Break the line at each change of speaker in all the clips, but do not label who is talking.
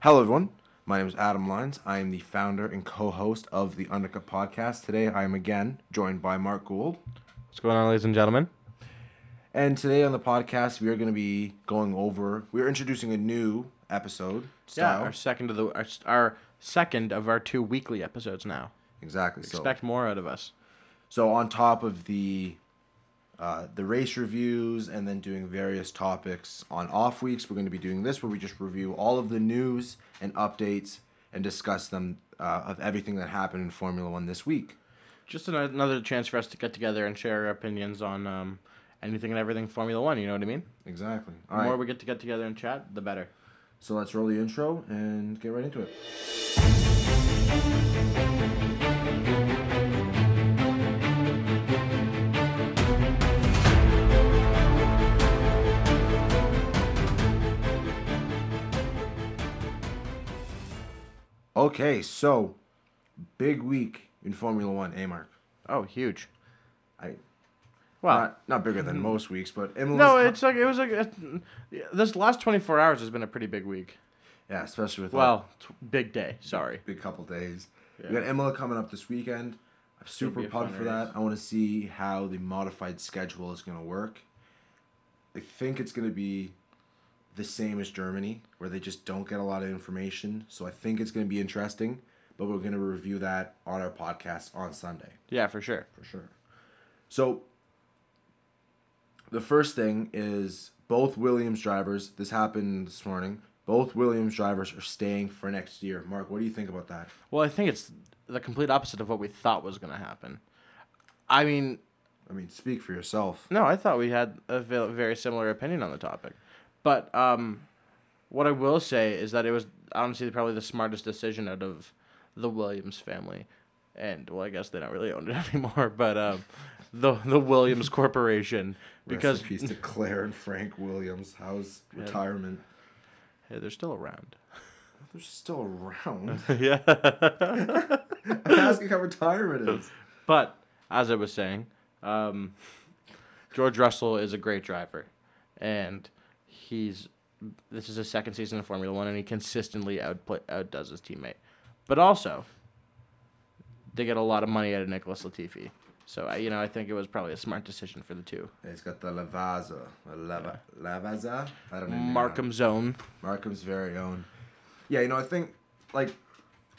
Hello, everyone. My name is Adam Lyons. I am the founder and co host of the Undercut Podcast. Today, I am again joined by Mark Gould.
What's going on, ladies and gentlemen?
And today on the podcast, we are going to be going over, we're introducing a new episode
Yeah,
style.
our second of the our, our second of our two weekly episodes now.
Exactly. So,
Expect more out of us.
so, on top of the uh, the race reviews and then doing various topics on off weeks, we're going to be doing this where we just review all of the news and updates and discuss them uh, of everything that happened in Formula One this week.
Just ano- another chance for us to get together and share our opinions on um, anything and everything Formula One. You know what I mean?
Exactly.
The
All right.
more we get to get together and chat, the better.
So let's roll the intro and get right into it. Okay, so big week in Formula One, A Mark.
Oh, huge!
I
Well,
not not bigger than most weeks, but Imola.
Mm-hmm. no, it's like it was like it, this last twenty four hours has been a pretty big week.
yeah, especially with that-
Well, t- big day. Sorry.
big couple days. We
Yeah.
got Imola coming up this weekend. I'm super
be a
pumped
fun
for that. I want to see how the modified schedule is going to work. I think it's going to be the same as Germany, where they just don't get a lot of information. So I think it's going to be interesting, but we're going to review that on our podcast on Sunday
Yeah, for sure.
for sure. So the first thing is both Williams drivers. This happened this morning. Both Williams drivers are staying for next year. Mark, what do you think about that?
Well, I think it's the complete opposite of what we thought was going to happen. I mean,
I mean, speak for yourself.
No, I thought we had a ve- very similar opinion on the topic, but um, what I will say is that it was honestly probably the smartest decision out of the Williams family, and well, I guess they don't really own it anymore, but um, the the Williams Corporation because
Rest in peace to Claire and Frank Williams. How's retirement?
hey, they're still around.
They're still around.
yeah,
I'm asking how retirement is.
but as I was saying, um, George Russell is a great driver, and he's this is his second season in Formula One, and he consistently outplay, outdoes his teammate. But also, they get a lot of money out of Nicholas Latifi, so I, you know I think it was probably a smart decision for the two.
He's got the Lavaza. Lava, Lavaza? I don't know.
Markham zone.
Markham's very own. Yeah, you know, I think like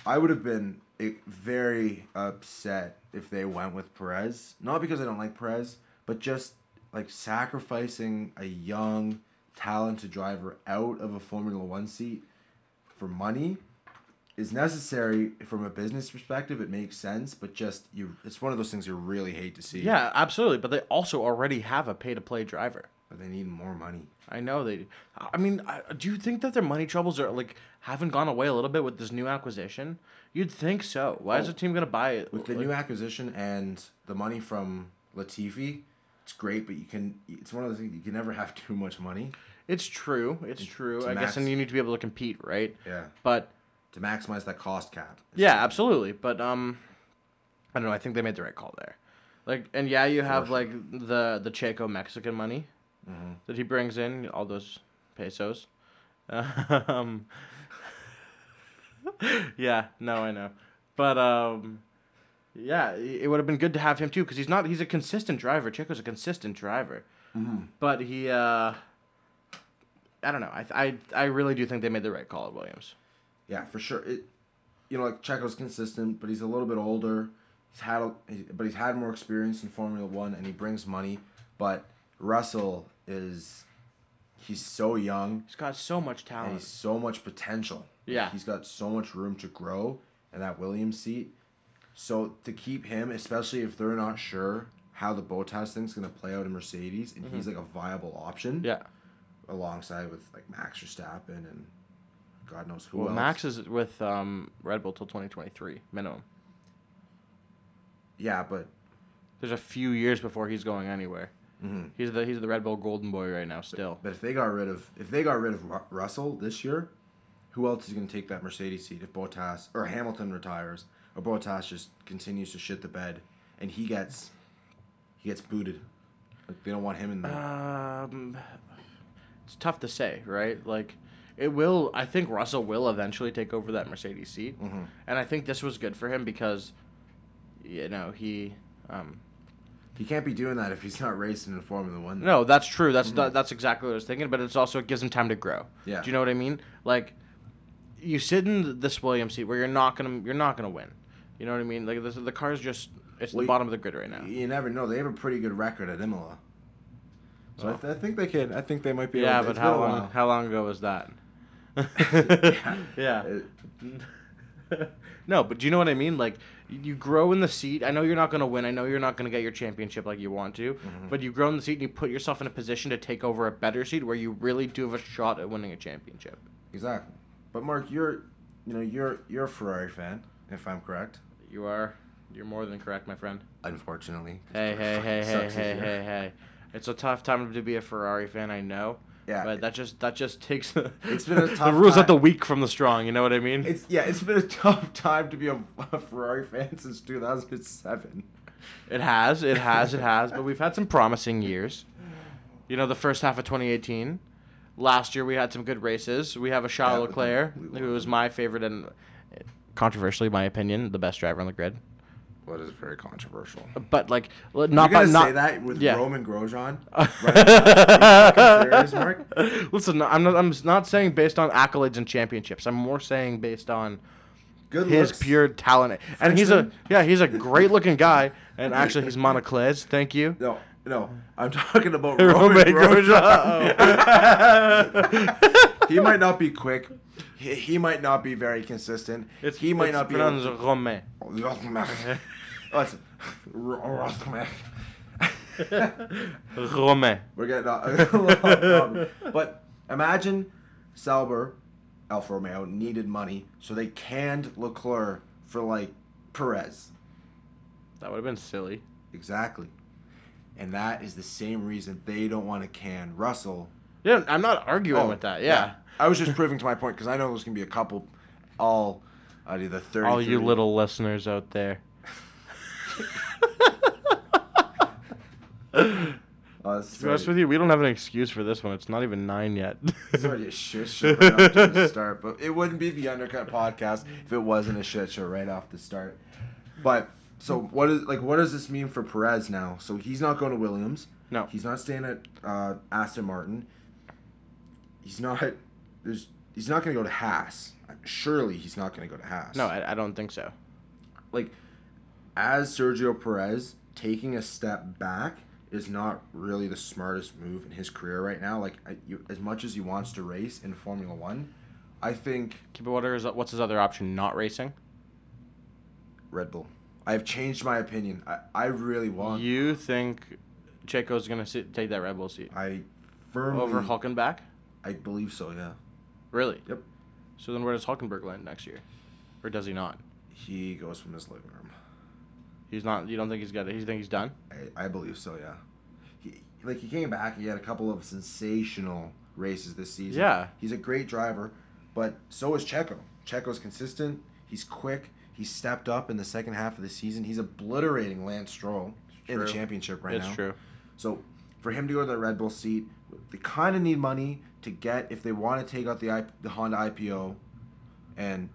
I would have been eh, very upset if they went with Perez. Not because I don't like Perez, but just like sacrificing a young, talented driver out of a Formula One seat for money is necessary from a business perspective. It makes sense, but just you, it's one of those things you really hate to see.
Yeah, absolutely. But they also already have a pay to play driver.
but they need more money.
I know they. do. I mean, I, do you think that their money troubles are like haven't gone away a little bit with this new acquisition? You'd think so. Why is the team gonna buy it?
Oh. With the new acquisition and the money from Latifi, it's great, but you can. It's one of those things you can never have too much money.
it's true. It's true.
to
I guess, and
max-
you need to be able to compete, right?
Yeah.
But
To maximize that cost cap.
yeah, absolutely. But um, I don't know. I think they made the right call there. Like, and yeah, you have like the the Checo Mexican money that he brings in, all those pesos. Um, yeah, no, I know, but um, yeah, it it would have been good to have him too because he's not—he's a consistent driver. Checo's a consistent driver, but he. uh I don't know. I, I I really do think they made the right call at Williams.
Yeah, for sure. It, you know, like Checo's consistent, but he's a little bit older. He's had, a, he, but he's had more experience in Formula One, and he brings money. But Russell is, he's so young.
He's got so much
and
talent.
he's so much potential.
Yeah.
He's got so much room to grow in that Williams seat. So to keep him, especially if they're not sure how the Botas thing's gonna play out in Mercedes, and he's like a viable option
Mm-hmm. Yeah.
alongside with like Max Verstappen and God knows who
Well,
else.
Max is with um, Red Bull till 2023 minimum.
Yeah, but
There's a few years before he's going anywhere. He's the he's the Red Bull Golden Boy right now still.
but if they got rid of if they got rid of Ru- Russell this year, who else is gonna take that Mercedes seat if Botas or Hamilton retires or Botas just continues to shit the bed and he gets he gets booted.
Uh,
Like they don't want him in there.
Um, it's tough to say, right? Like it will. I think Russell will eventually take over that Mercedes seat, and I think this was good for him because, you know, he. Um,
He can't be doing that if he's not racing in Formula One. Mm-hmm.
no, that's true. That's tha- that's exactly what I was thinking. But it's also it gives him time to grow.
Yeah.
Do you know what I mean? Like, you sit in this Williams seat where you're not gonna you're not gonna win. You know what I mean? Like this, the car's just it's
Well,
the
you-
bottom of the grid right now.
You never know. They have a pretty good record at Imola. So I,
Oh.
th- I think they can. I think they might be.
Yeah,
able to,
but
it's been a
how long?
while.
How long ago was that? yeah.
It-
no, but do you know what I mean? Like, you grow in the seat. I know you're not going to win. I know you're not going to get your championship like you want to. But you grow in the seat and you put yourself in a position to take over a better seat where you really do have a shot at winning a championship.
exactly. But Mark, you're, you know, you're you're a Ferrari fan, if I'm correct.
You are. You're more than correct, my friend.
Unfortunately.
Hey, hey, hey, hey,
Sucks this
hey,
year.
hey, hey. It's a tough time to be a Ferrari fan. I know.
Yeah.
But that just that just takes.
It's been a
the
tough
rules
time.
out the weak from the strong. You know what I mean?
It's yeah. It's been a tough time to be a, a Ferrari fan since 2007.
It has, it has, it has. But we've had some promising years. You know, the first half of 2018. Last year we had some good races. We have a Charles
Yeah, but
Leclerc,
we won.
who was my favorite and, eh, controversially, my opinion, the best driver on the grid.
What is very controversial.
But like, l- Uh, not
You're
by
gonna
not
say that with
yeah.
Roman Grosjean? right? Are you fucking serious, Mark?
Listen, I'm not. I'm not saying based on accolades and championships. I'm more saying based on
Good
his
looks.
pure talent. And he's a
Frenchman?
yeah, he's a great looking guy. And actually, he's Monocles. Thank you.
No, no. I'm talking about Roman,
Roman
Grosjean.
Grosjean.
he might not be quick. He, he might not be very consistent. he might not be.
pronounced Romain.
Rothmack. Listen, Ro- Rothmack.
Romain.
We're getting a lot of But imagine Sauber, Alfa Romeo needed money, so they canned Leclerc for like Perez.
That would have been silly.
Exactly. And that is the same reason they don't want to can Russell. Oh,
Yeah, I'm not arguing with that. Oh, Yeah.
I was just proving to my point because I know there's going to be a couple all out of the 30.
All you little listeners out there.
Uh,
To be honest with
you.
you, we don't have an excuse for this one. It's not even nine yet.
It's already a shit show right after the start, but it wouldn't be the Undercut podcast if it wasn't a shit show right off the start. But so what is like what does this mean for Perez now? So he's not going to Williams.
No.
He's not staying at uh, Aston Martin. He's not. There's. He's not going to go to Haas. Surely he's not going to go to Haas.
No, I, I don't think so.
like as Sergio Perez taking a step back is not really the smartest move in his career right now. Like I, you, as much as he wants to race in Formula One, I think
Keep it what is what's his other option? Not racing.
Red Bull. I have changed my opinion. I, I really want.
You think Checo's gonna sit, take that Red Bull seat
I firmly.
over Hulkenback?
I believe so. Yeah.
Really?
Yep.
So then, where does Hulkenberg land next year, or does he not?
He goes from his living room.
He's not. You don't think he's got it? You think he's done?
I, I believe so. Yeah. He, like he came back. He had a couple of sensational races this season.
Yeah.
He's a great driver, but so is Checo. Checo's consistent. He's quick. He stepped up in the second half of the season. He's obliterating Lance Stroll in the
true.
championship right
it's
now.
true.
So for him to go to the Red Bull seat, they kind of need money to get if they want to take out the I, the Honda IPO, and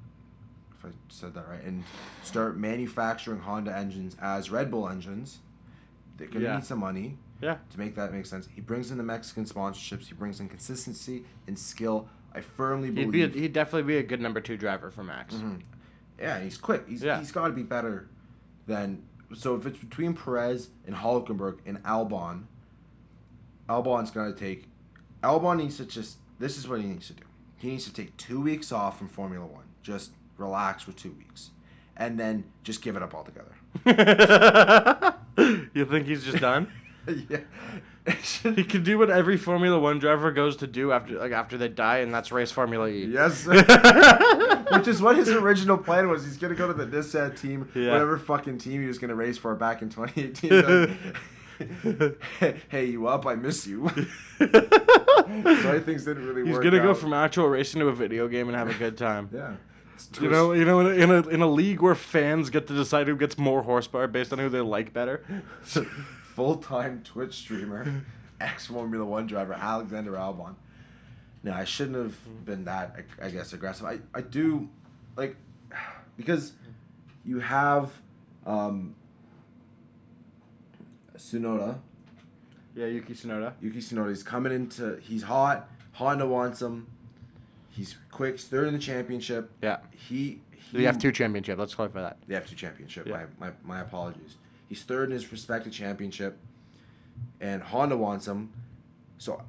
if I said that right, and start manufacturing Honda engines as Red Bull engines. They're gonna
Yeah.
need some money
Yeah.
to make that make sense. He brings in the Mexican sponsorships. He brings in consistency and skill. I firmly
He'd
believe.
be. A, he'd definitely be a good number two driver for Max.
Mm-hmm. Yeah, he's quick. He's,
Yeah.
he's got to be better than. So if it's between Perez and Hulkenberg and Albon, Albon's going to take. Albon needs to just. This is what he needs to do. He needs to take two weeks off from Formula One. Just relax for two weeks. And then just give it up altogether. Mm-hmm.
you think he's just done?
yeah.
he can do what every Formula One driver goes to do after like after they die, and that's race Formula E.
yes. sir. Which is what his original plan was. He's gonna go to the Nissan team,
Yeah.
whatever fucking team he was gonna race for back in 2018. Like, hey, you up? I miss you. so I things didn't really
He's
work.
gonna go
out.
from actual racing to a video game and have a good time.
yeah. It's
You
twist-
know, you know, in a, in a in a league where fans get to decide who gets more horsepower based on who they like better.
full-time Twitch streamer, ex Formula One driver Alexander Albon. no, I shouldn't have been that, I, I guess, aggressive. I, I do, like, because you have um, Sunoda,
Yeah, Yuki Tsunoda.
Yuki Tsunoda's coming into. He's hot. Honda wants him. He's quick. He's Third in the championship.
Yeah.
He. he
We have two championships. Let's clarify that.
They have two championship.
Yeah.
My, my my apologies. He's third in his respective championship, and Honda wants him. So,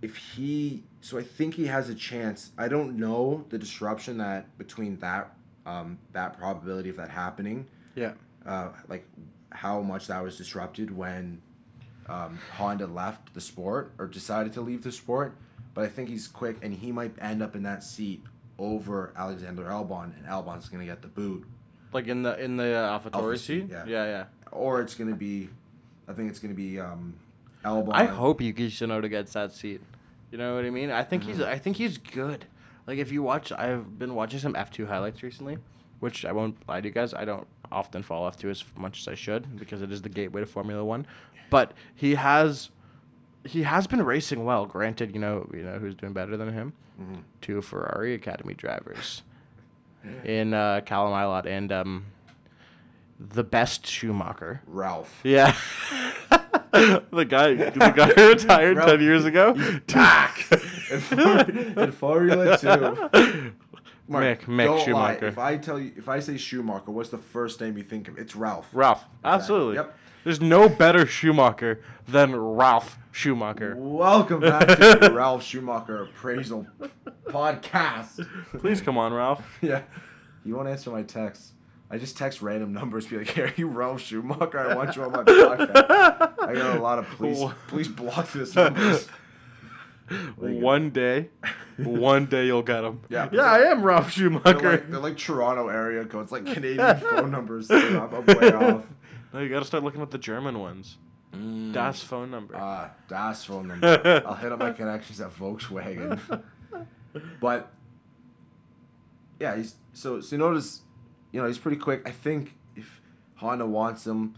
if he, so I think he has a chance. I don't know the disruption that between that um, that probability of that happening
Yeah.
uh, like how much that was disrupted when um, Honda left the sport or decided to leave the sport. But I think he's quick, and he might end up in that seat over Alexander Albon, and Albon's gonna get the boot,
Like in the in the uh, AlphaTauri
AlphaTauri,
seat.
yeah.
Yeah, yeah.
or it's gonna be, I think it's gonna be um, Albon.
I hope Yuki Tsunoda gets that seat. You know what I mean? I think he's I think he's good. Like if you watch, I've been watching some F two highlights recently, which I won't lie to you guys. I don't often follow F two as much as I should because it is the gateway to Formula One. But he has, he has been racing well. Granted, you know you know who's doing better than him, two Ferrari Academy drivers, in uh, Callum Ilott and um, the best Schumacher.
Ralph.
Yeah. the guy the guy who retired
Bro,
ten years ago.
Back in, for, in Formula Two.
Mick, Mick
don't lie.
Schumacher.
If I tell you, if I say Schumacher, what's the first name you think of? It's Ralph.
Ralph. Absolutely.
Yep.
There's no better Schumacher than Ralph Schumacher.
Welcome back to the Ralph Schumacher Appraisal Podcast.
Please come on, Ralph.
Yeah. You won't answer my texts. I just text random numbers, be like, hey, are you Ralph Schumacher? I want you on my podcast. I got a lot of please, please block this numbers. Like-
One day, one day you'll get him.
Yeah.
Yeah, I am Ralph
They're like,
Schumacher.
they're like Toronto area codes, like Canadian phone numbers. so I'm, I'm way off. Mm.
No, you gotta start looking at the German ones. Das phone number.
Ah, Das phone number. I'll hit up my connections at Volkswagen. but yeah, he's so so you notice, you know, he's pretty quick. I think if Honda wants him,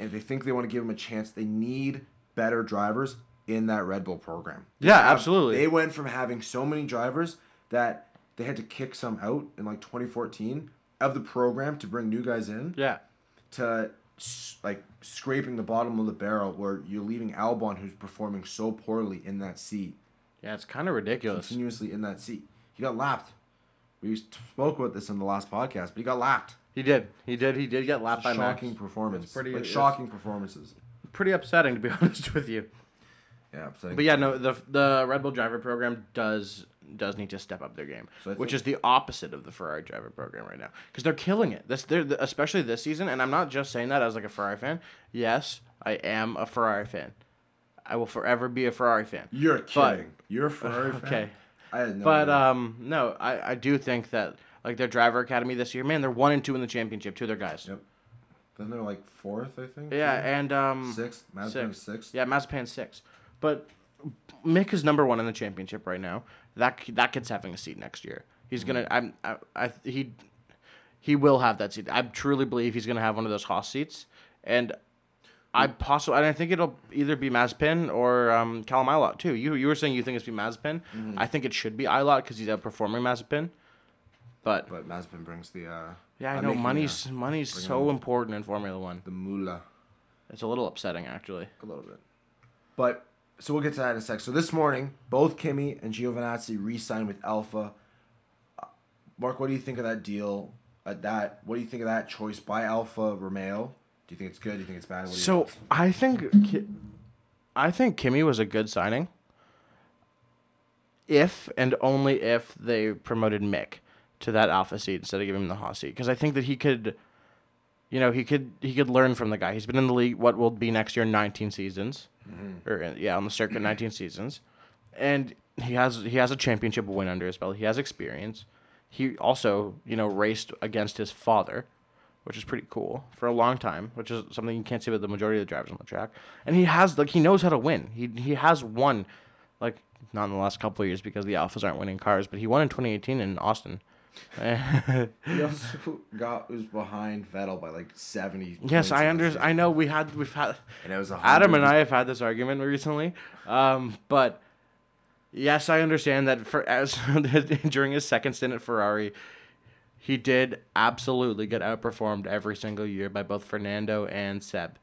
and they think they want to give him a chance, they need better drivers in that Red Bull program.
yeah, absolutely.
They went from having so many drivers that they had to kick some out in like 2014 of the program to bring new guys in
yeah.
to s- like scraping the bottom of the barrel where you're leaving Albon who's performing so poorly in that seat
Yeah, it's kinda ridiculous.
continuously in that seat he got lapped we spoke about this in the last podcast but he got lapped
He did. He did he did get lapped by Max.
shocking performance
It's pretty-
like
it's-
shocking performances
Pretty upsetting to be honest with you.
yeah upsetting.
But yeah, no, the the Red Bull driver program does does need to step up their game,
So I
which
think-
is the opposite of the Ferrari driver program right now because they're killing it. This they're especially this season, and I'm not just saying that as like a Ferrari fan. Yes, I am a Ferrari fan. I will forever be a Ferrari fan.
you're
But-
kidding you're a Ferrari fan?
Okay.
I had no
But
idea.
um, no, I, I do think that like their driver academy this year, man, they're one and two in the championship. Two of their guys.
Yep. then they're like fourth I think
Yeah, and um,
sixth Mazepin
Sixth.
sixth
Yeah, Mazapan six. But Mick is number one in the championship right now. That that kid's having a seat next year. He's gonna.
Mm-hmm.
I'm. I, I. He. He will have that seat. I truly believe he's gonna have one of those Haas seats, and I
Mm.
possibly. And I think it'll either be Mazepin or um, Callum Ilott too. You you were saying you think it's be Mazepin.
Mm-hmm.
I think it should be Ilott because he's outperforming Mazepin. But
but Mazepin brings the uh
yeah, I
I'm
know
making, uh,
money's money's so important in Formula One.
the moolah
It's a little upsetting actually.
A little bit. But so we'll get to that in a sec. So this morning, both Kimmy and Giovinazzi re-signed with Alpha. Uh, Mark, what do you think of that deal? At that, what do you think of that choice by Alpha Romeo? Do you think it's good? Do you think it's bad? What do you
So
think?
I think, Ki- I think Kimmy was a good signing. If and only if they promoted Mick to that alpha seat instead of giving him the Haas seat, because I think that he could, you know, he could he could learn from the guy. He's been in the league what will be next year nineteen seasons, or uh, yeah, on the circuit nineteen seasons, and he has he has a championship win under his belt. He has experience. He also you know raced against his father which is pretty cool for a long time, which is something you can't see with the majority of the drivers on the track. And he has like he knows how to win. He he has won, like not in the last couple of years because the Alphas aren't winning cars, but he won in 2018 in Austin.
he also got was behind Vettel by like seventy. points
yes,
in
I
the
under
season.
I know we had we've had
And it was a
Adam
hundred-
and I have had this argument recently, um, but yes, I understand that for as during his second stint at Ferrari, he did absolutely get outperformed every single year by both Fernando and Seb.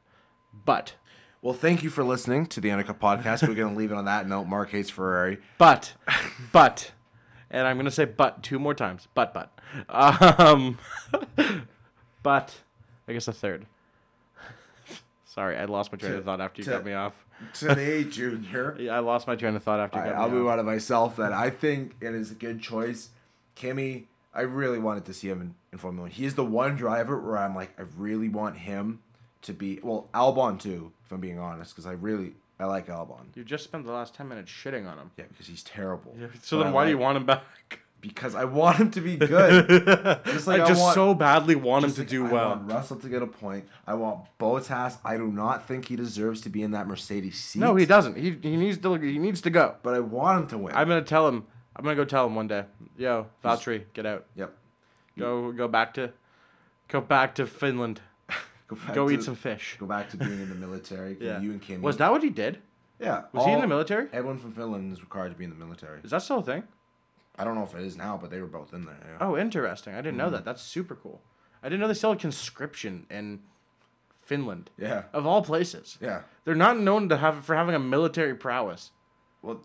But
Well, thank you for listening to the Undercut Podcast. We're going to leave it on that note. Mark hates Ferrari.
but but and I'm gonna say but two more times. But but um but I guess a third. Sorry, I lost my train of thought after you
to-
cut me off.
Today, Junior.
Yeah, I lost my train of thought after you
I,
cut
I'll
me
move
off.
out of myself that I think it is a good choice. Kimmy, I really wanted to see him in, in Formula One. He is the one driver where I'm like, I really want him to be. Well, Albon too, if I'm being honest, because I really I like Albon.
You just spent the last ten minutes shitting on him.
Yeah, because he's terrible.
So
But
then
I
why do you
like-
want him back?
Because I want him to be good. Just like
I
I
just
want-
so badly want him to
Like,
do
I
well.
want Russell to get a point. I want Botas. I do not think he deserves to be in that Mercedes seat.
No, he doesn't. He, he needs to he needs to go.
But I want him to win.
I'm gonna tell him. I'm gonna go tell him one day. Yo, Valtteri, get out.
yep.
Go go back to go back to Finland.
Go, back
Go
to-
eat some fish.
Go back to being in the military.
Yeah.
You and Kimmy.
Was that what he did?
Yeah.
Was he in the
all-
military?
Everyone from Finland is required to be in the military.
Is that still a thing?
I don't know if it is now, but they were both in there. Yeah.
Oh, interesting. I didn't know that. That's super cool. I didn't know they still had conscription in Finland.
Yeah.
Of all places.
Yeah.
They're not known to have for having a military prowess.
Well,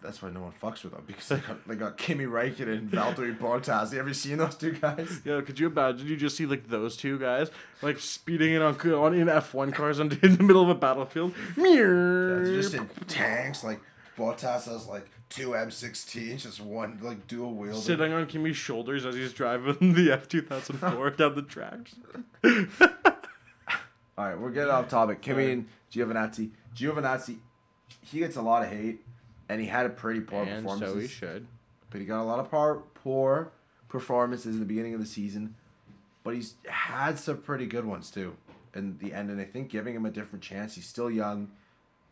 that's why no one fucks with them because they got, they got Kimi Räikkönen and Valtteri Bottas. You ever seen those two guys?
Yeah, could you imagine? You just see like those two guys like speeding in on, on in F one cars on, in the middle of a battlefield.
Yeah,
Meow.
It's just in tanks. Like Bottas has like two M16s, just one like dual wheel.
sitting on Kimmy's shoulders as he's driving the F two thousand four down the track.
All right, we're getting off topic. Kimmy and Giovinazzi. Giovinazzi, he gets a lot of hate, and he had a pretty poor
And
performance.
so he should.
But he got a lot of par- poor performances in the beginning of the season. But he's had some pretty good ones too in the end. And I think giving him a different chance, he's still young.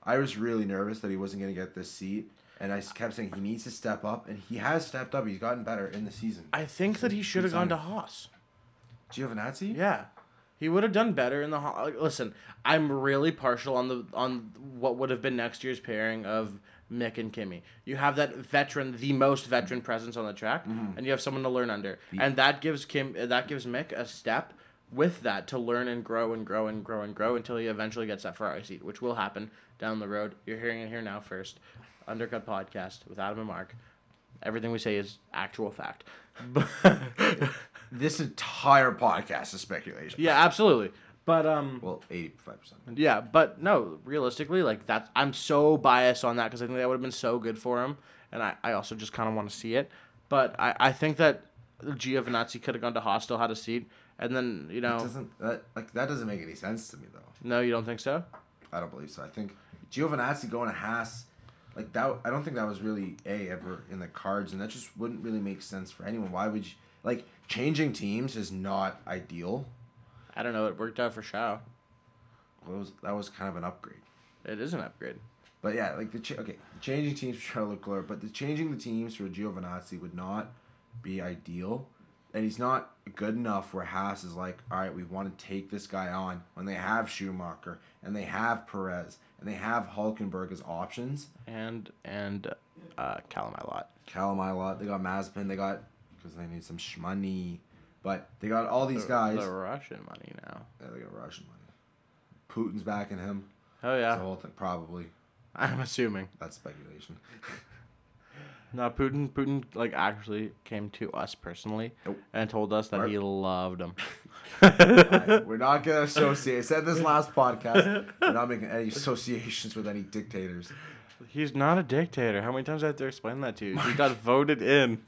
I was really nervous that he wasn't going to get this seat. And I s- kept saying he needs to step up. And he has stepped up. He's gotten better in the season.
I think that he should have gone to Haas.
Giovinazzi?
Yeah, he would have done better in the. Haas. like, Listen, I'm really partial on the on what would have been next year's pairing of Mick and Kimmy. You have that veteran, the most veteran presence on the track, and you have someone to learn under, and that gives Kim that gives Mick a step with that to learn and grow and grow and grow and grow until he eventually gets that Ferrari seat, which will happen down the road. You're hearing it here now first. Undercut podcast with Adam and Mark. Everything we say is actual fact.
This entire podcast is speculation.
yeah, absolutely. But um
Well, 85%.
Yeah, but no, realistically, like that's I'm so biased on that because I think that would have been so good for him, and I, I also just kind of want to see it. But I, I think that Giovinazzi could have gone to Haas, still had a seat, and then you know,
Doesn't that like that doesn't make any sense to me though.
no, you don't think so?
I don't believe so. I think Giovinazzi going to Haas, like that. I don't think that was really a ever in the cards, and that just wouldn't really make sense for anyone. Why would you like changing teams is not ideal.
I don't know. It worked out for Shao.
Well, it was, that was kind of an upgrade.
It is an upgrade.
But yeah, like the ch- okay, changing teams for Charles Leclerc, but the changing the teams for Giovinazzi would not be ideal, and he's not good enough. Where Haas is like, all right, we want to take this guy on when they have Schumacher and they have Perez and they have Hulkenberg as options.
And and uh, Callum a lot.
Callum lot. They got Mazepin. They got because they need some shmoney, but they got all these guys.
the Russian money now.
Yeah, they got Russian money. Putin's backing him.
Oh
That's
yeah,
The whole thing, probably.
I'm assuming.
That's speculation.
No, Putin. Putin like actually came to us personally
Nope.
and told us that
Mark-
he loved him.
Alright, we're not gonna associate. I said this last podcast. We're not making any associations with any dictators.
He's not a dictator. How many times do I have to explain that to you? He got voted in.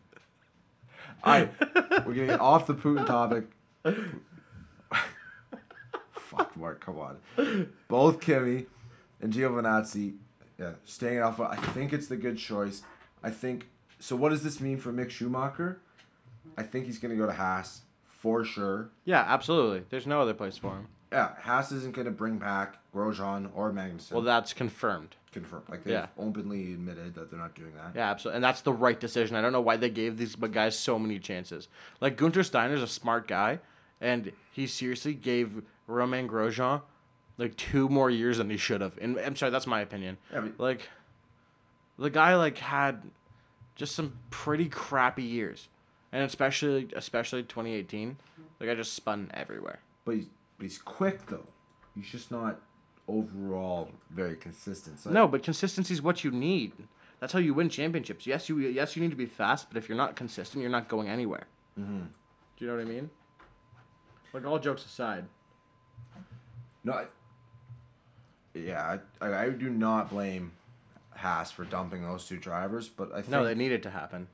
All right, we're getting off the Putin topic. Fuck, Mark, come on. Both Kimmy and Giovinazzi, yeah, staying off. I think it's the good choice. I think. So, what does this mean for Mick Schumacher? I think he's gonna go to Haas for sure.
Yeah, absolutely. There's no other place for him.
Yeah, Haas isn't gonna bring back Grosjean or Magnussen.
Well, that's confirmed.
confirmed. Like they've
yeah.
openly admitted that they're not doing that.
Yeah, absolutely. And that's the right decision. I don't know why they gave these bu- guys so many chances. Like, Gunter Steiner's a smart guy, and he seriously gave Romain Grosjean like two more years than he should have. And I'm sorry, that's my opinion.
Yeah, but-
Like, the guy like had just some pretty crappy years, and especially especially 2018, the guy just spun everywhere.
But he's but he's quick though. He's just not overall very consistent. So
No, but consistency is what you need. That's how you win championships. Yes, you yes you need to be fast, but if you're not consistent, you're not going anywhere. Do you know what I mean? Like all jokes aside,
No. I, yeah, I, I, I do not blame Haas for dumping those two drivers, but I think
no, that needed to happen.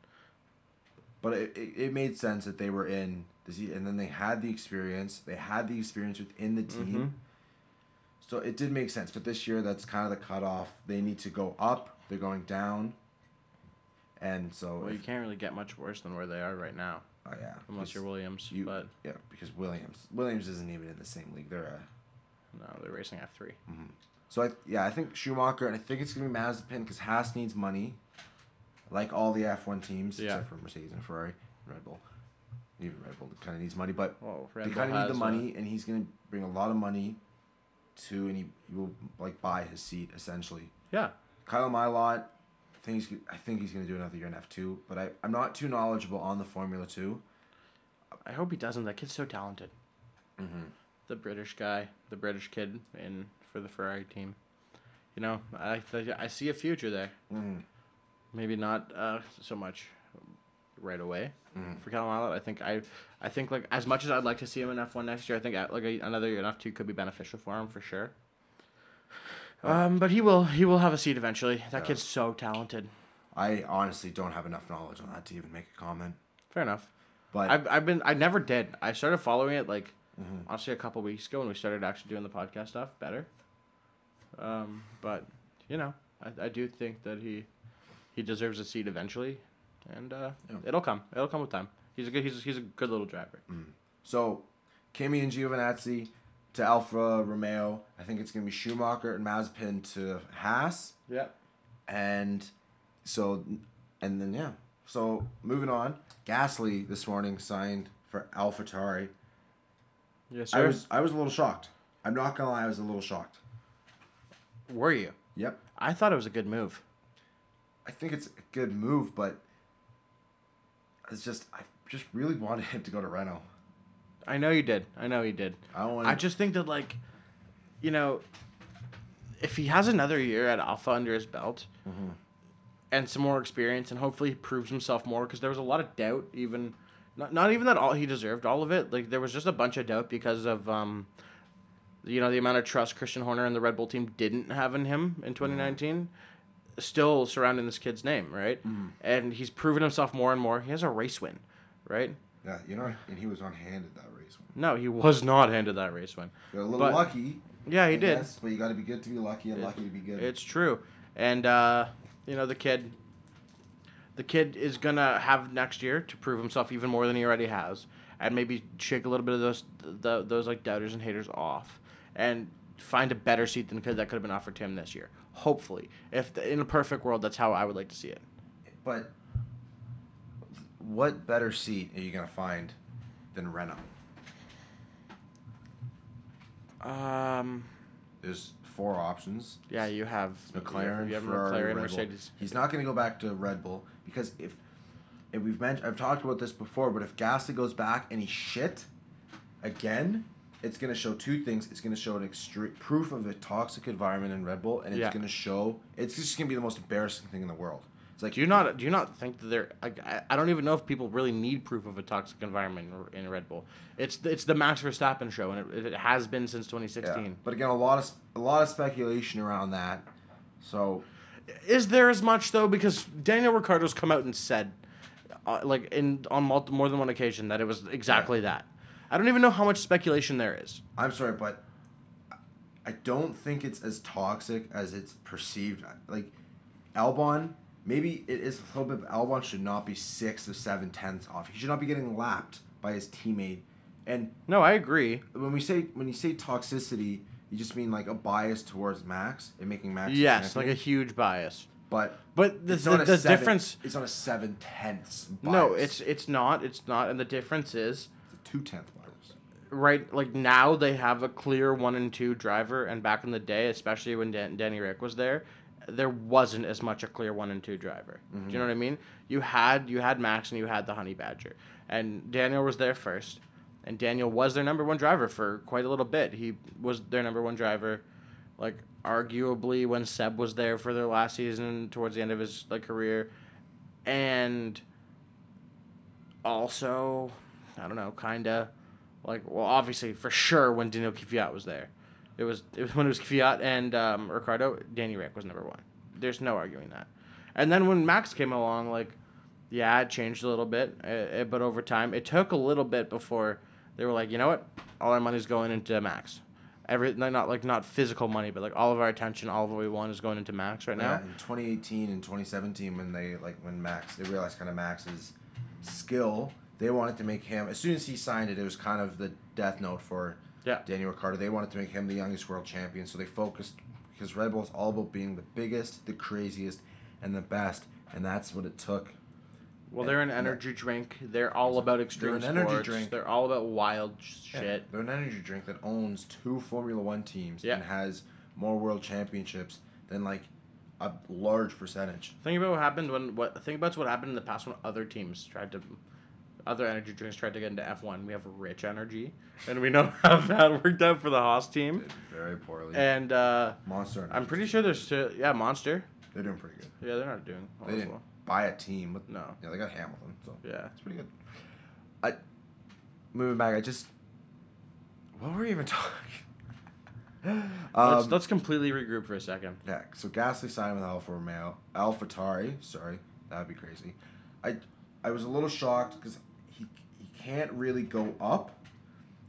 but it, it, it made sense that they were in the se- and then they had the experience. They had the experience within the team.
Mm-hmm.
So it did make sense, but this year that's kind of the cutoff. They need to go up. They're going down, and so
Well, you
if-
can't really get much worse than where they are right now,
oh, yeah,
unless
because
you're Williams.
you-
but
yeah, because Williams Williams isn't even in the same league. They're a
no, they're racing F three.
So I yeah, I think Schumacher and I think it's gonna be Mazepin because Haas needs money, like all the F one teams
Yeah.
except for Mercedes and Ferrari, and Red Bull. Even Red Bull kind of needs money, but
Whoa,
they kind of need the money, and he's gonna bring a lot of money to, and he, he will like buy his seat essentially.
yeah,
Kyle Mylott, I think he's g- I think he's gonna do another year in F two, but I I'm not too knowledgeable on the Formula two.
I hope he doesn't. That kid's so talented. Mm-hmm. The British guy, the British kid, in for the Ferrari team. You know, I I see a future there.
Mhm.
Maybe not uh, so much right away
Mhm.
for Calamalo. I think I I think like as much as I'd like to see him in F one next year, I think uh, like a, another year in F two could be beneficial for him for sure. Um, but he will he will have a seat eventually.
Yeah.
That kid's so talented.
I honestly don't have enough knowledge on that to even make a comment,
Fair enough.
but mm-hmm.
I've, I've been I never did. I started following it like honestly a couple weeks ago when we started actually doing the podcast stuff better. Um, but you know, I, I do think that he he deserves a seat eventually, and uh,
Yeah.
it'll come. It'll come with time. He's a good he's he's a good little driver.
So, Kimi and Giovinazzi to Alfa Romeo. I think it's going to be Schumacher and Mazepin to Haas.
Yeah.
And so, and then, yeah. So, moving on. Gasly this morning signed for AlphaTauri.
Yes,
I
sir.
was, I was a little shocked. I'm not going to lie, I was a little shocked.
Were you?
Yep.
I thought it was a good move.
I think it's a good move, but it's just, I just really wanted him to go to Renault.
I know you did. I know you did.
I don't want
I just think that like, you know, if he has another year at Alpha under his belt, and some more experience, and hopefully he proves himself more, because there was a lot of doubt, even not not even that all he deserved all of it. Like there was just a bunch of doubt because of um, you know, the amount of trust Christian Horner and the Red Bull team didn't have in him in 2019. Still surrounding this kid's name, right? And he's proven himself more and more. He has a race win, right?
Yeah, you know, and he was on hand at that race. One.
No, he was not handed that race win.
Got a little
But-
lucky.
Yeah, he
I
did.
guess, but you got to be good to be lucky and
It-
lucky to be good.
It's true, and uh, you know the kid. The kid is gonna have next year to prove himself even more than he already has, and maybe shake a little bit of those the, those like doubters and haters off, and find a better seat than could that could have been offered to him this year. Hopefully, if the, in a perfect world, that's how I would like to see it.
but what better seat are you gonna find than Renault?
Um,
There's four options.
yeah, you have
McLaren,
you have
Ferrari, Red
McLaren,
Bull.
Mercedes.
He's not gonna go back to Red Bull because if, if we've mentioned, I've talked about this before, but if Gasly goes back and he shit again. It's gonna show two things. It's gonna show an extreme proof of a toxic environment in Red Bull, and it's
Yeah.
gonna show. It's just gonna be the most embarrassing thing in the world. It's like
Do you not do you not think that they're like I, I don't even know if people really need proof of a toxic environment in in Red Bull. It's the- it's the Max Verstappen show, and it, it has been since
Yeah.
2016.
But again, a lot of a lot of speculation around that. So
Is there as much though? Because Daniel Ricciardo's come out and said, uh, like in on multi, more than one occasion, that it was exactly that. I don't even know how much speculation there is.
I'm sorry, but I- I don't think it's as toxic as it's perceived. Like Albon, maybe it is a little bit. But Albon should not be six or seven tenths off. He should not be getting lapped by his teammate. And
No, I agree.
when we say when you say toxicity, you just mean like a bias towards Max and making Max.
Yes, like
champion.
a huge bias.
but
But the,
it's not
the,
a
the
seven-
difference.
It's not a seven tenths. Bias.
No, it's it's not. It's not. And the difference is
a two tenth bias.
right like now they have a clear one and two driver and back in the day especially when Dan- danny rick was there there wasn't as much a clear one and two driver. Do you know what I mean? You had you had Max and you had the Honey Badger, and Daniel was there first, and Daniel was their number one driver for quite a little bit. He was their number one driver, like arguably when Seb was there for their last season towards the end of his like career, and also, I don't know, kinda like well, obviously for sure when Daniel Kvyat was there, it was it was when it was Kvyat and um, Ricardo, Danny Rick was number one. There's no arguing that. And then when Max came along, like, yeah, it changed a little bit, uh uh, but over time, it took a little bit before they were like, you know what, all our money's going into Max. Every like, not like not physical money, but like all of our attention, all of what we want is going into Max right now.
Yeah, in 2018 and 2017, when they like when Max, they realized kind of Max's skill. They wanted to make him as soon as he signed it. It was kind of the death note for
Yeah.
Daniel Ricciardo. They wanted to make him the youngest world champion, so they focused because Red Bull's all about being the biggest, the craziest, and the best, and that's what it took.
Well, they're an energy drink. They're all about extreme
an energy
sports.
drink.
They're all about wild sh-
Yeah,
shit.
They're an energy drink that owns two Formula One teams
Yeah.
and has more world championships than like a large percentage.
Think about what happened when what think about what happened in the past when other teams tried to other energy drinks tried to get into F one. We have rich energy. And we know how that worked out for the Haas team.
Very poorly.
And uh,
Monster.
Hmm? I'm pretty sure there's still yeah, Monster.
they're doing pretty good.
Yeah, they're not doing all
They
that
didn't
well.
buy a team. With,
No.
Yeah, they got Hamilton, so
Yeah.
that's pretty good. I moving back. I just what were we even talking?
let's
Um,
let's completely regroup for a second.
yeah. So Gasly signed with Alfa Romeo. AlphaTauri. Sorry, that'd be crazy. I I was a little shocked because he he can't really go up.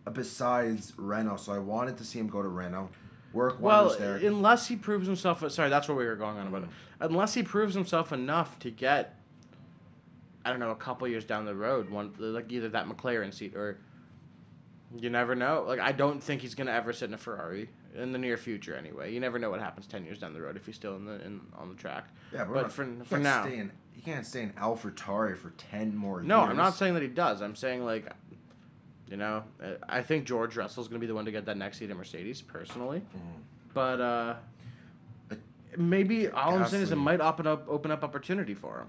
uh, Besides Renault, so I wanted to see him go to Renault. Work well,
Well,
was there.
unless he proves himself. Sorry, that's what we were going on about. it. Unless he proves himself enough to get, I don't know, a couple years down the road, one like either that McLaren seat or. You never know. Like I don't think he's gonna ever sit in a Ferrari in the near future. Anyway, you never know what happens ten years down the road if he's still in the in on the track.
yeah, but,
but
not,
for-
he
for
can't
now.
stay in, he can't stay in AlphaTauri for ten more.
No,
years.
I'm not saying that he does. I'm saying like, you know, uh, I think George Russell's gonna be the one to get that next seat at Mercedes personally,
Hmm.
but uh,
But-
maybe all I'm saying is it
Gasly-
might open up open up opportunity for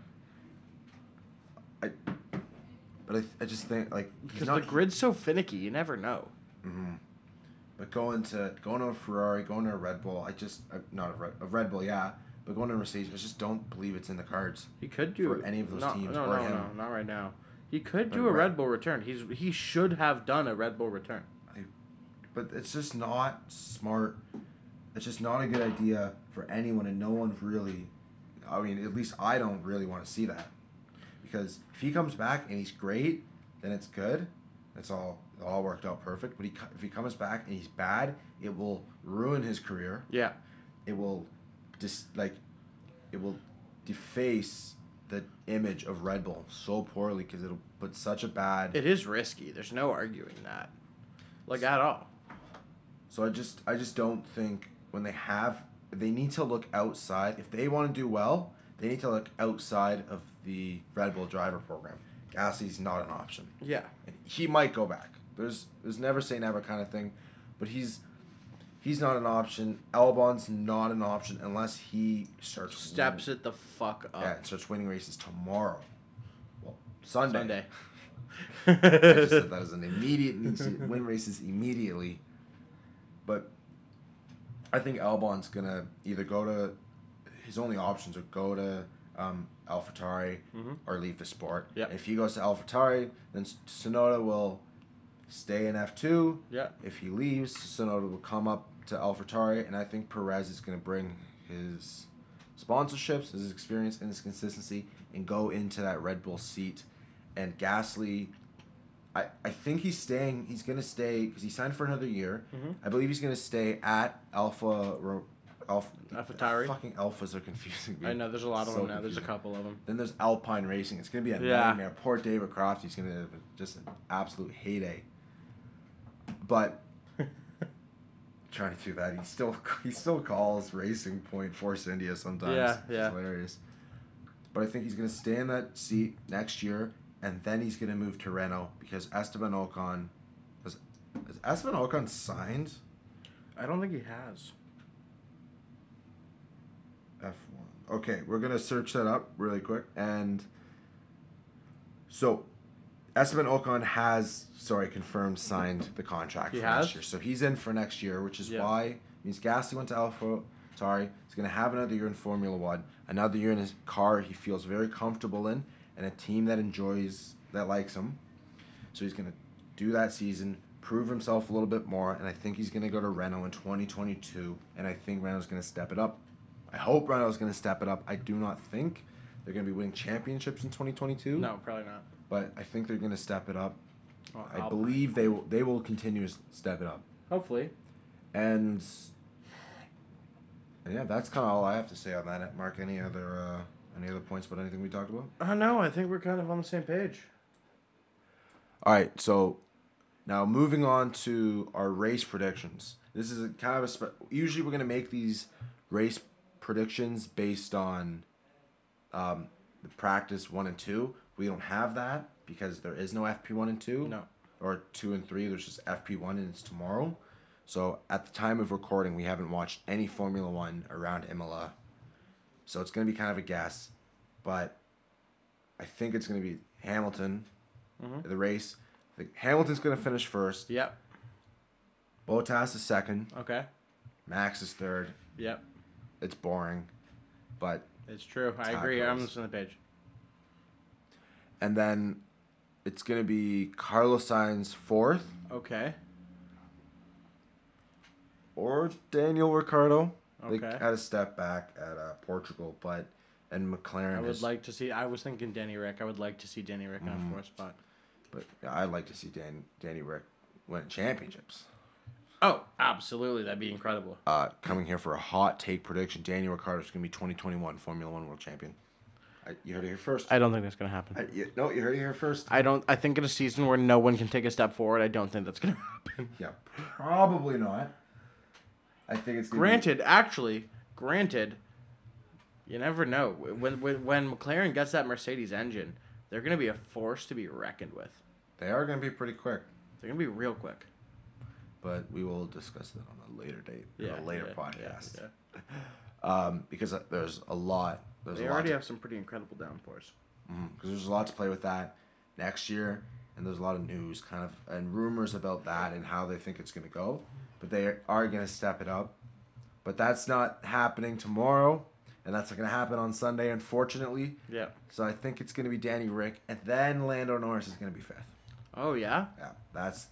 him
But I, I just think like he's
because
not- Mm-hmm.
the grid's so finicky. You never know.
But going to going to a Ferrari, going to a Red Bull, I just uh, not a Red, a Red Bull, yeah. But going to Mercedes, I just don't believe it's in the cards.
He could do
For any of those
no,
teams
No,
or
no,
him.
no, not right now. He could
But
do a
Red-
Red Bull return. He's he should have done a Red Bull return.
But it's just not smart. It's just not a good idea for anyone, and no one really. I mean, at least I don't really want to see that, because if he comes back and he's great, then it's good. It's all it all worked out perfect. But he co- if he comes back and he's bad, it will ruin his career.
Yeah,
it will just like it will deface the image of Red Bull so poorly because it'll put such a bad.
it is risky. There's no arguing that, like at all.
so I just I just don't think when they have they need to look outside if they want to do well they need to look outside of the Red Bull driver program. Gasly's not an option.
Yeah.
And he might go back. There's there's never say never kind of thing, but he's he's not an option. Albon's not an option unless he starts
Steps it the fuck up.
Yeah, it starts winning races tomorrow. Well, Sunday.
Sunday.
I just said that as an immediate needs to win races immediately. But I think Albon's gonna either go to his only options are go to um, AlphaTauri or leave the sport.
Yep.
If he goes to AlphaTauri, then S- Sonoda will stay in F two.
Yeah.
If he leaves, Sonoda will come up to AlphaTauri, and I think Perez is going to bring his sponsorships, his experience, and his consistency, and go into that Red Bull seat. And Gasly, I, I think he's staying. He's going to stay because he signed for another year.
Mm-hmm.
I believe he's going to stay at Alpha. Ro- Alpha
AlphaTauri?
Fucking alphas are confusing me.
I know there's a lot of
So
them now. There's a
confusing.
couple of them.
Then there's Alpine Racing. It's gonna be a
Yeah.
nightmare. Poor David Croft. He's gonna have just an absolute heyday. But trying to do that, he still he still calls Racing Point Force India sometimes.
Yeah,
It's
yeah.
hilarious. But I think he's gonna stay in that seat next year, and then he's gonna move to Renault because Esteban Ocon, is, is Esteban Ocon signed?
I don't think he has.
F one. Okay, we're gonna search that up really quick. And so, Esteban Ocon has sorry confirmed signed the contract
He
for
has?
next year, so he's in for next year, which is
Yeah.
why means Gasly went to Alpha. Sorry, he's gonna have another year in Formula One, another year in his car he feels very comfortable in, and a team that enjoys that likes him. So he's gonna do that season, prove himself a little bit more, and I think he's gonna go to Renault in 2022, and I think Renault's gonna step it up. I hope Renault's gonna step it up. I do not think they're gonna be winning championships in 2022.
No, probably not.
but I think they're gonna step it up.
Well,
I
I'll-
believe they will. They will continue to step it up,
Hopefully.
and. and yeah, that's kind of all I have to say on that. Mark, any other uh, any other points about anything we talked about?
Uh, no, I think we're kind of on the same page.
All right, so now moving on to our race predictions. This is a kind of a spe- usually we're gonna make these race predictions based on um, the practice one and two. We don't have that because there is no FP one and two.
No.
Or two and three. There's just FP one and it's tomorrow. So at the time of recording, we haven't watched any Formula One around Imola. So it's gonna be kind of a guess, but I think it's gonna be Hamilton. The race. I think Hamilton's gonna finish first.
Yep.
Bottas is second.
Okay.
Max is third.
Yep.
It's boring, but
It's true. I
Tacos.
agree. I'm on the same page.
and then it's gonna be Carlos Sainz fourth
Okay.
or Daniel Ricciardo. They
Okay.
had a step back at uh, Portugal, but and McLaren.
I would
is,
like to see. I was thinking Danny Rick. I would like to see Danny Rick on a fourth spot.
but yeah, I'd like to see Dan Danny Rick win championships.
Oh, absolutely. That'd be incredible.
Uh, coming here for a hot take prediction: Daniel Ricciardo is gonna be 2021 Formula One World Champion. I, you heard it here first.
I don't think that's gonna happen.
I- you- no, you heard it here first.
I don't. I think in a season where no one can take a step forward, I don't think that's gonna happen.
Yeah, probably not. I think it's gonna be-
Granted, actually, granted, you never know. When when when McLaren gets that Mercedes engine, they're gonna be a force to be reckoned with.
they are going to be pretty quick,
They're gonna be real quick.
but we will discuss that on a later date, yeah, a later podcast,
yeah.
Um, because uh, there's a lot. There's
They
a lot.
already
to-
have some pretty incredible downpours.
Mhm, 'cause there's a lot to play with that next year, and there's a lot of news, kind of, and rumors about that and how they think it's going to go. But they are going to step it up. But that's not happening tomorrow, and that's not going to happen on Sunday, unfortunately.
Yeah.
So I think it's going to be Danny Rick, and then Lando Norris is going to be fifth.
Oh yeah.
Yeah, that's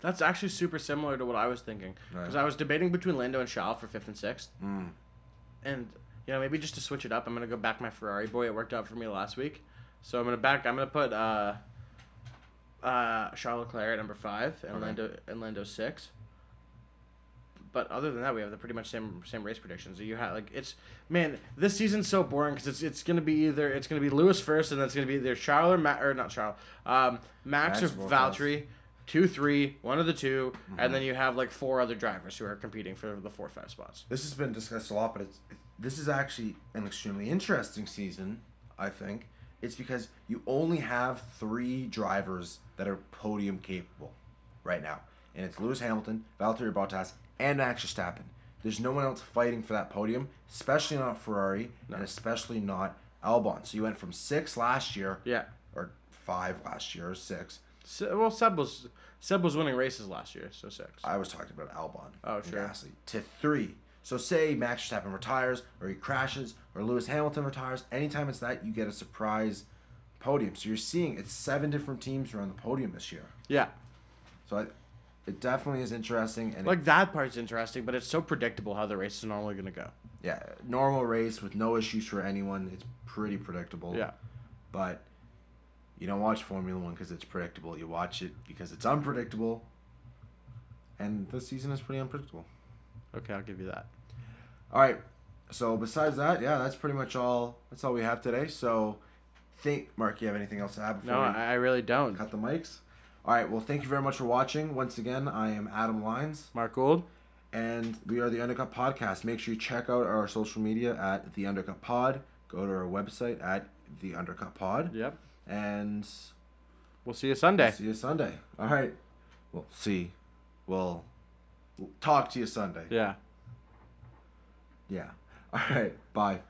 That's actually super similar to what I was thinking because
Right.
I was debating between Lando and Shaw for fifth and sixth,
Mm.
and you know maybe just to switch it up, I'm gonna go back my Ferrari boy. It worked out for me last week, so I'm gonna back. I'm gonna put uh, uh, Charles Leclerc at number five and
Okay.
Lando and Lando six. But other than that, we have the pretty much same same race predictions. You have like it's man, this season's so boring because it's it's gonna be either it's gonna be Lewis first, and then it's gonna be either Charles or Ma- or not Charles, um,
Max
Max, or
Bottas.
Valtteri two, three, one of the 2 and then you have like four other drivers who are competing for the four, five spots.
this has been discussed a lot, but it's this is actually an extremely interesting season. I think it's because you only have three drivers that are podium capable right now, and it's Lewis Hamilton, Valtteri Bottas, and Max Verstappen. There's no one else fighting for that podium, especially not Ferrari, and especially not Albon. So you went from six last year,
Yeah.
or five last year, or six.
Se- well, Seb was Seb was winning races last year, so six.
I was talking about Albon.
Oh,
and
sure.
Gasly to three. So say Max Verstappen retires, or he crashes, or Lewis Hamilton retires. Anytime it's that, you get a surprise podium. So you're seeing it's seven different teams who are on the podium this year.
yeah,
So I, it definitely is interesting. And it-
like that part's interesting, but it's so predictable how the race is normally gonna go.
yeah, normal race with no issues for anyone. It's pretty predictable.
Yeah,
But you don't watch Formula One because it's predictable. You watch it because it's unpredictable. And this season is pretty unpredictable.
okay, I'll give you that.
All right. So besides that, yeah, that's pretty much all. That's all we have today. So, think, Mark, you have anything else to add before
No,
we
I, I really don't.
cut the mics? All right. Well, thank you very much for watching. Once again, I am Adam Lines,
Mark Gould,
and we are the Undercut Podcast. Make sure you check out our social media at the Undercut Pod. Go to our website at the Undercut Pod,
yep.
and
We'll see you Sunday.
see you Sunday. All right. We'll see. We'll we'll talk to you Sunday.
Yeah.
Yeah. All All right. Bye.